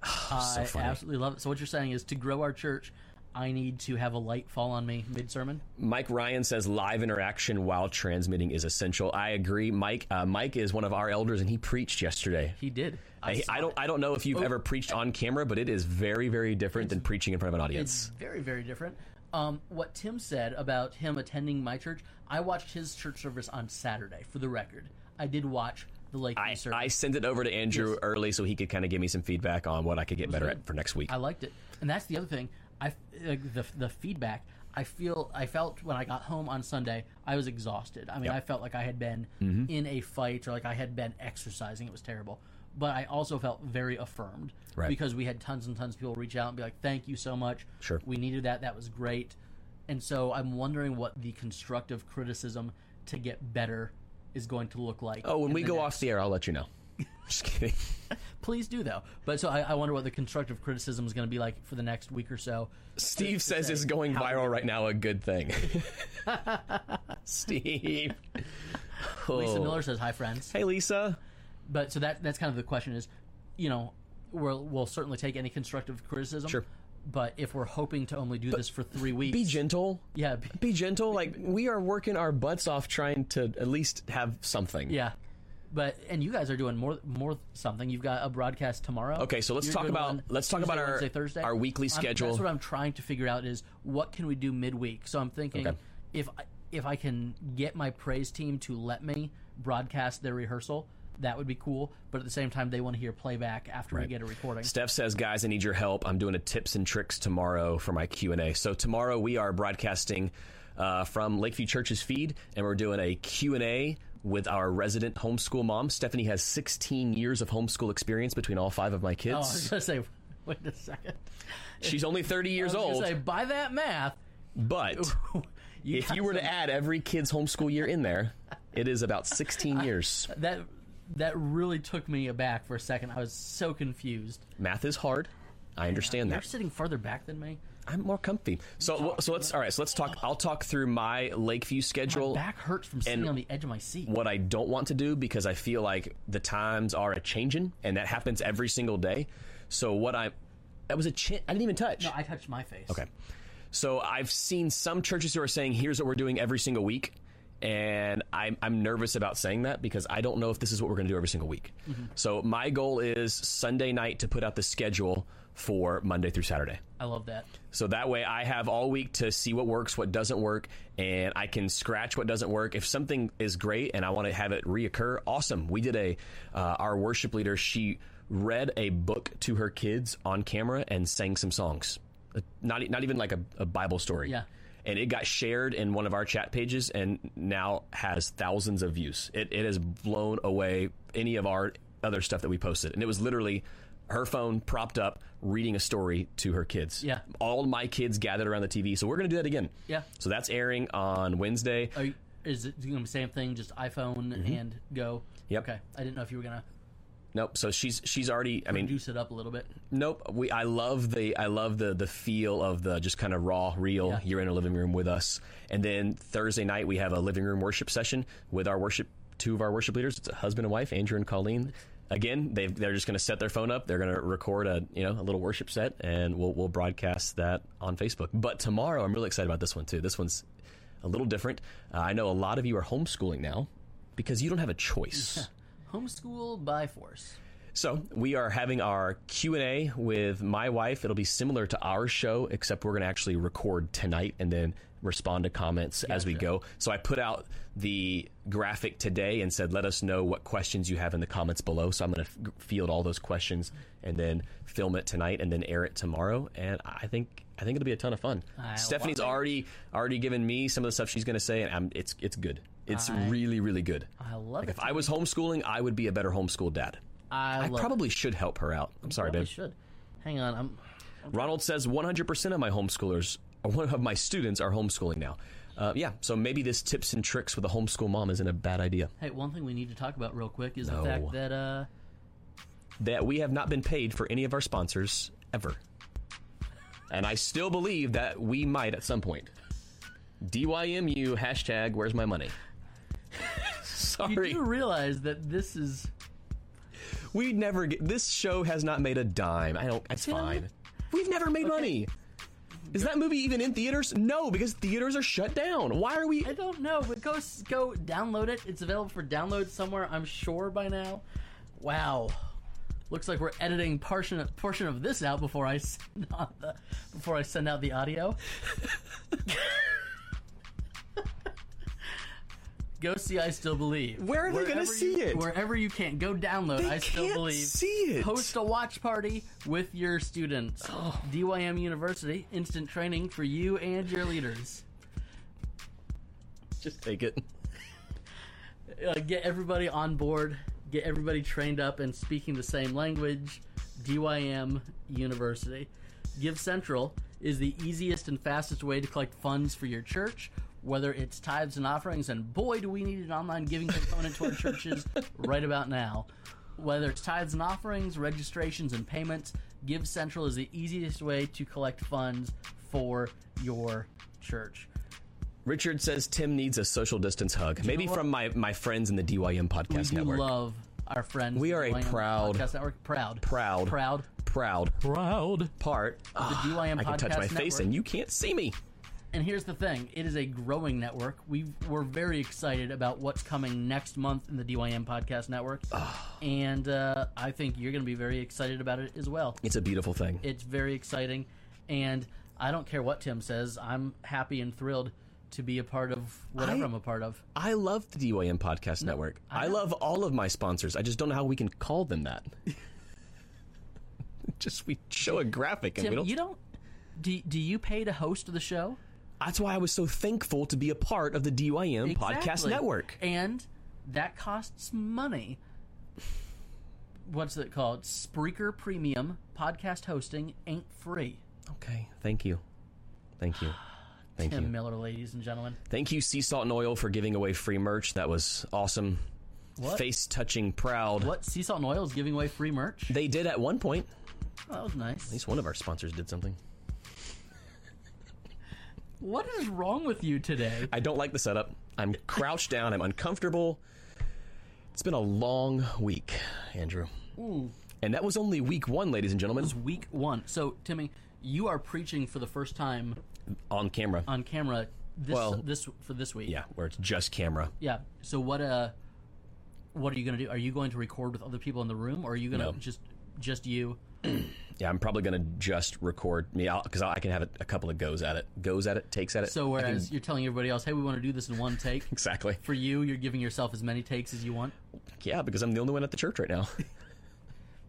I
funny.
absolutely love it. So what you're saying is to grow our church, I need to have a light fall on me mid sermon.
Mike Ryan says live interaction while transmitting is essential. I agree. Mike uh, Mike is one of our elders, and he preached yesterday.
He did.
I,
saw
I don't
it.
I don't know if
Oh.
you've ever preached on camera, but it is very very different than preaching in front of an
It's
audience.
very very different. Um, what Tim said about him attending my church, I watched his church service on Saturday. For the record, I did watch the Lakeview
I,
service.
I sent it over to Andrew early so he could kind of give me some feedback on what I could get better
good.
at for next week.
I liked it, and that's the other thing. I like the the feedback. I feel I felt when I got home on Sunday, I was exhausted. I mean, I felt like I had been
Mm-hmm.
in a fight or like I had been exercising. It was terrible, but I also felt very affirmed
Right.
because we had tons and tons of people reach out and be like, "Thank you so much.
Sure.
we needed that. That was great." And so I'm wondering what the constructive criticism to get better is going to look like.
oh, when
in
we
the
go
next-
off the air, I'll let you know. Just kidding.
please do though. But so I, I wonder what the constructive criticism is going to be like for the next week or so.
Steve says is going viral right now a good thing. Steve.
Lisa
Oh.
Miller says, "Hi, friends."
Hey Lisa.
But so that that's kind of the question is, you know, we'll, we'll certainly take any constructive criticism.
Sure.
But if we're hoping to only do this for three weeks,
Be gentle.
yeah, be,
Be gentle. Like we are working our butts off trying to at least have something.
yeah. But and you guys are doing more more something. You've got a broadcast tomorrow.
Okay, so let's
You're
talk
doing
about-
one
let's talk about
Tuesday,
our-
Wednesday, Thursday.
our weekly
I'm-
schedule.
That's what I'm trying to figure out is what can we do midweek. So I'm thinking
Okay.
if I, if I can get my praise team to let me broadcast their rehearsal, that would be cool. But at the same time, they want to hear playback after we get a recording.
Steph says, "Guys, I need your help. I'm doing a tips and tricks tomorrow for my Q and A. So tomorrow we are broadcasting uh, from Lakeview Church's feed, and we're doing a Q and A with our resident homeschool mom. Stephanie has 16 years of homeschool experience between all five of my
oh, I
kids.
was gonna say, wait a second.
She's only 30 years
I was
old,
gonna say by that math,
but if
got
you were to
some-
add every kid's homeschool year in there, it is about 16 years.
that that really took me aback for a second. I was so confused.
Math is hard. I understand
You're
that.
sitting further back than me.
I'm more comfy. So, so let's all right. So let's talk. I'll talk through my Lakeview schedule.
Back hurts from sitting on the edge of my seat.
what I don't want to do because I feel like the times are a changing, and that happens every single day. So what I that was a chin I didn't even touch.
I touched my face.
okay, so I've seen some churches who are saying here's what we're doing every single week, and I'm I'm nervous about saying that because I don't know if this is what we're going to do every single week.
Mm-hmm.
So my goal is Sunday night to put out the schedule for Monday through Saturday.
I love that.
So that way I have all week to see what works, what doesn't work, and I can scratch what doesn't work. If something is great and I want to have it reoccur, awesome. We did a, uh, our worship leader, she read a book to her kids on camera and sang some songs. Uh, Not, e, not even like a, a Bible story.
Yeah.
And it got shared in one of our chat pages and now has thousands of views. It, it has blown away any of our other stuff that we posted. And it was literally her phone propped up reading a story to her kids
Yeah.
all my kids gathered around the TV. So we're going to do that again.
Yeah. Uh,
So that's airing on Wednesday.
Are you, is it going to be the same thing? Just iPhone and go.
Mm-hmm. Yep.
Okay. I didn't know if you were going to
Nope. So she's she's already. I mean,
juice it up a little bit.
nope. We I love the I love the the feel of the just kind of raw, real.
Yeah.
You're in a living room with us. And then Thursday night we have a living room worship session with our worship two of our worship leaders. It's a husband and wife, Andrew and Colleen. Again, they they're just going to set their phone up. They're going to record a you know a little worship set, and we'll we'll broadcast that on Facebook. But tomorrow, I'm really excited about this one too. This one's a little different. Uh, I know a lot of you are homeschooling now because you don't have a choice.
Homeschool by force.
So we are having our Q and A with my wife. It'll be similar to our show, except we're going to actually record tonight and then respond to comments as we go. So I put out the graphic today and said, "Let us know what questions you have in the comments below." So I'm going to field all those questions and then film it tonight and then air it tomorrow. And I think I think it'll be a ton of fun. Stephanie's
love it.
already already given me some of the stuff she's going to say, and I'm, it's it's good. It's really really good.
I love it.
If I was homeschooling, I would be a better homeschool dad.
I,
I
love
probably should help her out. I'm sorry,
it. Probably
babe.
should. Hang on. I'm.
Ronald says 100% of my homeschoolers, or one of my students, are homeschooling now. Uh, yeah, so maybe this tips and tricks with a homeschool mom isn't a bad idea.
Hey, one thing we need to talk about real quick is
No.
the fact that uh,
That we have not been paid for any of our sponsors ever. And I still believe that we might at some point. DYMU hashtag where's my money?
you
Sorry.
do realize that this is
We never get this show has not made a dime. I don't that's
You know
fine. We've never made money. Is that movie even in theaters? No, because theaters are shut down. Why are we
I don't know, but go go download it. It's available for download somewhere, I'm sure by now. Wow, looks like we're editing portion portion of this out before I send out the before I send out the audio. go see, I still believe.
Where are they gonna
Wherever
see
you-
it?
Wherever you can, go download.
They
I still
can't
believe.
see it. Oh.
Host a watch party with your students. DYM University instant training for you and your leaders.
just take it.
uh, get everybody on board, get everybody trained up and speaking the same language. DYM University. Give Central is the easiest and fastest way to collect funds for your church, whether it's tithes and offerings, and boy, do we need an online giving component to our churches right about now. Whether it's tithes and offerings, registrations, and payments, Give Central is the easiest way to collect funds for your church.
Richard says Tim needs a social distance hug. Maybe
know what?
from my, my friends in the DYM podcast
We do
network.
love our friends.
We
at
are
the
a
DYM
proud-
podcast network. Proud,
proud-
proud,
proud
proud.
part. Ah,
DYM
I can touch
Podcast
my face
Network.
and you can't see me.
And here's the thing: it is a growing network. We we're very excited about what's coming next month in the DYM podcast network, and uh, I think you're going to be very excited about it as well.
It's a beautiful thing.
It's very exciting, and I don't care what Tim says. I'm happy and thrilled to be a part of whatever
I-
I, am a part of.
I love the DYM Podcast Network. I, love all of my sponsors. I just don't know how we can call them that. just we show a graphic and
Tim,
we don't.
you don't. Do, do you pay to host the show?
That's why I was so thankful to be a part of the DYM Podcast
Exactly.
Network.
And that costs money. What's it called? Spreaker Premium podcast hosting ain't free.
Okay, thank you, thank you, thank
Tim
you,
Miller, ladies and gentlemen.
thank you, Sea Salt and Oil for giving away free merch. That was awesome.
What?
Face touching, proud.
What? Sea Salt and Oil is giving away free merch?
They did at one point.
That was
At
nice.
least one of our sponsors did something.
What is wrong with you today?
I don't like the setup. I'm crouched down. I'm uncomfortable. It's been a long week, Andrew. And that was only week one, ladies and gentlemen,
Week one. So, Timmy, you are preaching for the first time
on camera.
on camera this
Well-
this for this week.
yeah, where it's just camera.
Yeah. So what uh what are you going to do? Are you going to record with other people in the room or are you going to
No.
just just you?
Yeah, I'm probably gonna just record me out because I I can have a, a couple of goes at it, goes at it, takes at it.
So whereas you're telling everybody else, "Hey, we want to do this in one take."
exactly.
For you, you're giving yourself as many takes as you want.
Yeah, because I'm the only one at the church right now.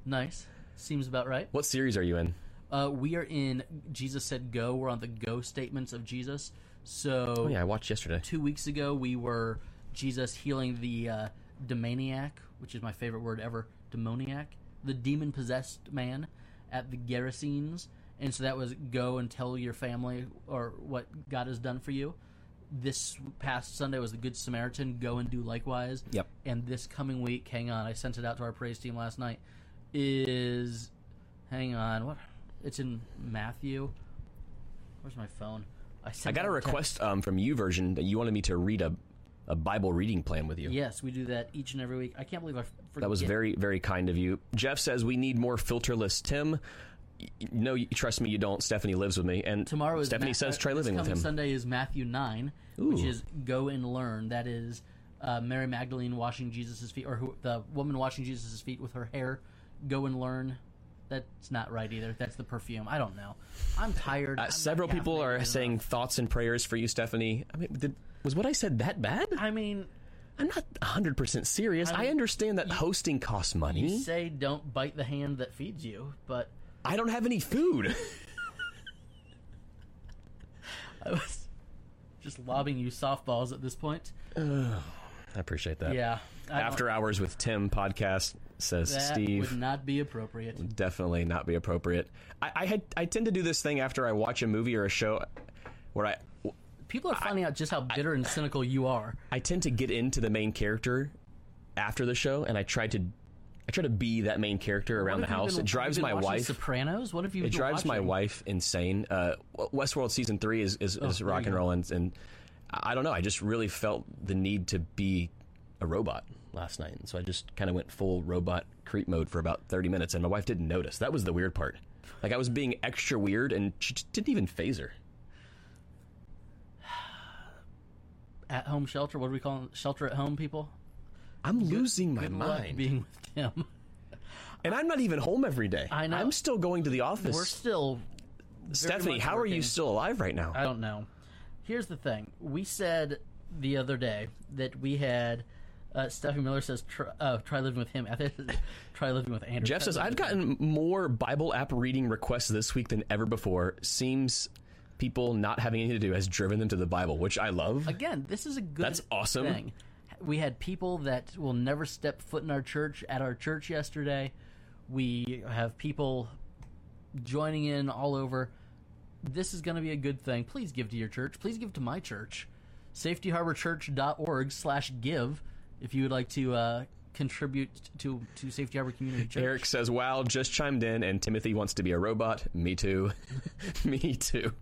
Nice. Seems about right.
what series are you in?
Uh, we are in Jesus said go. We're on the go statements of Jesus. So
Oh yeah, I watched yesterday.
two weeks ago we were Jesus healing the uh, demoniac, which is my favorite word ever, demoniac, the demon possessed man at the Gerasenes, and so that was go and tell your family or what God has done for you. This past Sunday was the Good Samaritan, go and do likewise.
Yep.
And this coming week, hang on, I sent it out to our praise team last night. Is hang on, what? It's in Matthew. Where's my phone?
I
sent
got a
out text-
request um, from you version that you wanted me to read a, a Bible reading plan with you.
Yes, we do that each and every week. I can't believe I forgot.
That was very, very kind of you. Jeff says we need more filterless Tim. Y- No, you, trust me, you don't. Stephanie lives with me, and
Tomorrow is
Stephanie
Ma-
says
uh,
try
this
living with
coming
him.
Sunday is Matthew nine, which is go and learn. That is uh, Mary Magdalene washing Jesus' feet, or who, the woman washing Jesus' feet with her hair. Go and learn. That's not right either. That's the perfume. I don't know. I'm tired. I'm
Uh,
not
several people
caffeinated
are
enough.
saying thoughts and prayers for you, Stephanie. I mean, did, was what I said that bad?
I mean,
I'm not 100 percent serious. I, understand that hosting costs
you
money.
say don't bite the hand that feeds you, but
I don't have any food.
I was just lobbing you softballs at this point.
I appreciate that.
Yeah. I don't-
After hours with Tim podcast says
that
Steve.
would not be appropriate.
definitely not be appropriate. I, I had I tend to do this thing after I watch a movie or a show, where I
People are finding out just how bitter and cynical you are.
I tend to get into the main character after the show, and I try to I try to be that main character around the
What have you
house.
been-
it drives
you've
my
been watching
wife.
Sopranos. What have you?
it
been
drives my
watching? Oh,
wife insane. Uh, W- Westworld season three is is, is
there
rock
you
and
go.
roll, and, and I I don't know. I just really felt the need to be a robot last night, and so I just kind of went full robot creep mode for about thirty minutes, and my wife didn't notice. That was the weird part. Like I was being extra weird, and she just didn't even phase her.
at home shelter. What do we call them? shelter at home people?
I'm losing my
Good luck
mind,
being with Tim.
and I'm not even home every day.
I know.
I'm still going to the office.
We're still. very
Stephanie,
much
how are you
working. Uh,
still alive right now?
I don't know. Here's the thing. We said the other day that we had. Uh, Stephanie Miller says, try, uh, "Try living with him." I think try living with Andrew.
Jeff
Try
says,
living
I've
with
gotten more Bible app reading requests this week than ever before. Seems people not having anything to do has driven them to the Bible, which I love.
again, this is a good
That's awesome.
thing. We had people that will never step foot in our church at our church yesterday. We have people joining in all over. This is going to be a good thing. Please give to your church. Please give to my church. SafetyHarborChurch.org slash give if you would like to uh, contribute to, to Safety Harbor Community Church.
Eric says, Wow, just chimed in, and Timothy wants to be a robot. Me too. Me too.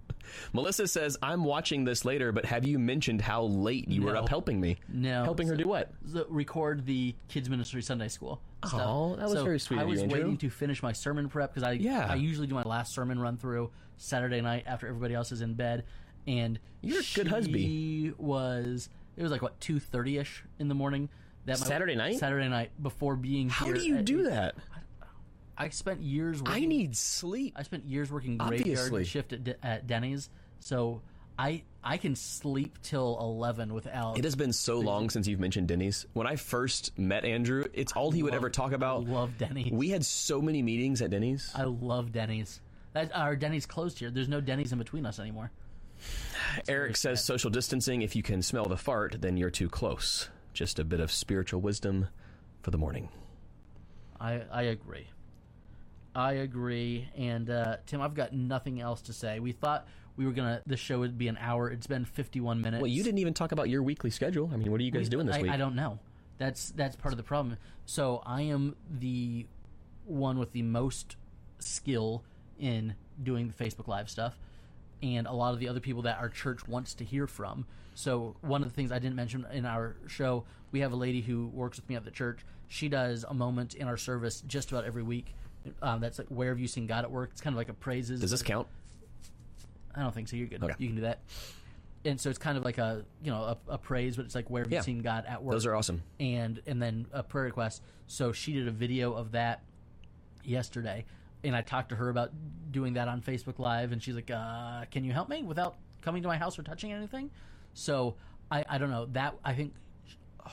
Melissa says, I'm watching this later, but have you mentioned how late you were
No.
up helping me?
No.
Helping her do what?
the, record the kids ministry Sunday school. stuff.
Aw, Oh, that was
So
very sweet
I
of you,
was
Andrew.
waiting to finish my sermon prep because I
Yeah.
I usually do my last sermon run through Saturday night after everybody else is in bed, and
You're a
she
good husby.
Was it was like what two thirty ish in the morning that
Saturday night?
Saturday night before being
How
here
do you
at-
do that?
I spent years.
I
Working, I
need sleep.
spent years working
Obviously.
graveyard shift at, De- at Denny's, so I I can sleep till eleven without.
It has been so long since you've mentioned Denny's. When I first met Andrew, it's all he would ever talk about.
love Denny's.
We had so many meetings at Denny's.
I love Denny's. That, our Denny's closed here. There's no Denny's in between us anymore.
Eric says social distancing. If you can smell the fart, then you're too close. Just a bit of spiritual wisdom for the morning.
I, I agree. I agree. And uh, Tim, I've got nothing else to say. We thought we were gonna the show would be an hour. It's been 51 minutes.
Well, you didn't even talk about your weekly schedule. I mean, what are you guys doing this
I,
week?
I don't know. That's that's part of the problem. So I am the one with the most skill in doing the Facebook Live stuff, and a lot of the other people that our church wants to hear from. So one of the things I didn't mention in our show, we have a lady who works with me at the church. She does a moment in our service just about every week. Um, that's like where have you seen God at work? It's kind of like a praises.
Does this count?
I don't think so. You're good.
Okay.
You can do that. And so it's kind of like a you know a, a praise, but it's like where have
Yeah.
you seen God at work?
Those are awesome.
and and then a prayer request. So she did a video of that yesterday, and I talked to her about doing that on Facebook Live, and she's like, uh, "Can you help me without coming to my house or touching anything?" So I I don't know that I think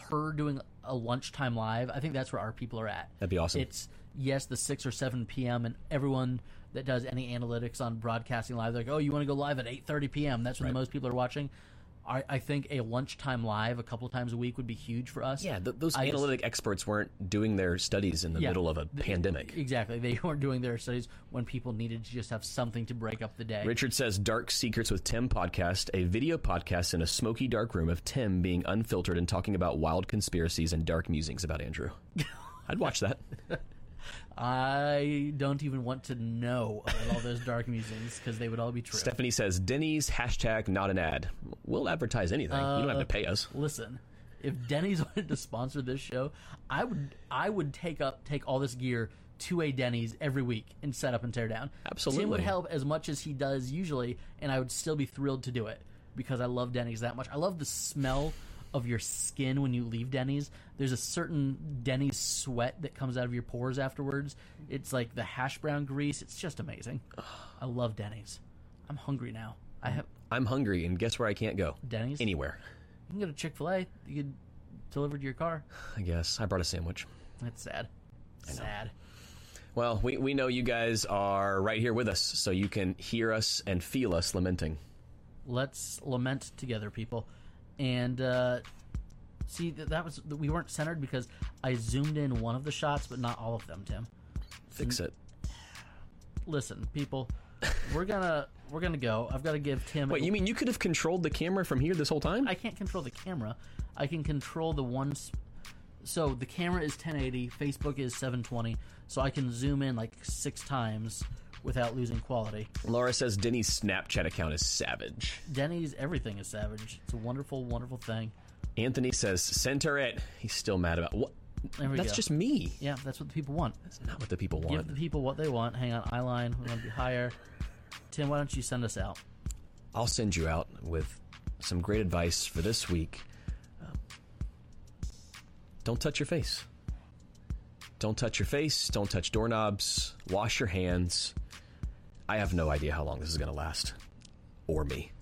her doing a lunchtime live. I think that's where our people are at.
That'd be awesome.
It's yes, the six or seven p.m. and everyone that does any analytics on broadcasting live, they're like, "Oh, you want to go live at eight thirty p.m.? That's when the most people are watching." I, I think a lunchtime live a couple times a week would be huge for us.
Yeah, th- those
I just-
analytic experts weren't doing their studies in the
Yeah.
middle of a pandemic.
Exactly. They weren't doing their studies when people needed to just have something to break up the day.
Richard says Dark Secrets with Tim podcast, a video podcast in a smoky dark room of Tim being unfiltered and talking about wild conspiracies and dark musings about Andrew. I'd watch that.
I don't even want to know about all those dark musings because they would all be true.
Stephanie says Denny's hashtag not an ad. We'll advertise anything. you don't have to pay us.
Listen, if Denny's wanted to sponsor this show, I would I would take up take all this gear to a Denny's every week and set up and tear down. Tim
Absolutely.
would help as much as he does usually, and I would still be thrilled to do it because I love Denny's that much. I love the smell of your skin when you leave Denny's. There's a certain Denny's sweat that comes out of your pores afterwards. It's like the hash brown grease. It's just amazing. I love Denny's. I'm hungry now. I have
I'm hungry, and guess where I can't go?
Denny's.
Anywhere,
You can go to Chick Fil A. You could deliver to your car.
I guess. I brought a sandwich.
That's sad. Sad.
Well, we, we know you guys are right here with us, so you can hear us and feel us lamenting.
Let's lament together, people. And uh, see that, that was we weren't centered because I zoomed in one of the shots, but not all of them. Tim,
Fix it.
listen, people, we're gonna we're gonna go. I've got to give Tim.
Wait, you mean you could have controlled the camera from here this whole time?
I can't control the camera. I can control the one. Sp- so the camera is 1080, Facebook is 720, so I can zoom in like six times without losing quality.
Laura says Denny's Snapchat account is savage.
Denny's everything is savage. It's a wonderful, wonderful thing.
Anthony says center it. He's still mad about what?
There we
That's
go.
just me.
Oh, Yeah, that's what the people want.
That's not what the people want.
Give the people what they want. Hang on, eyeline. We want to be higher. Tim, why don't you send us out?
I'll send you out with some great advice for this week. Um, Don't touch your face. Don't touch your face. Don't touch doorknobs. Wash your hands. I have no idea how long this is going to last. Or me.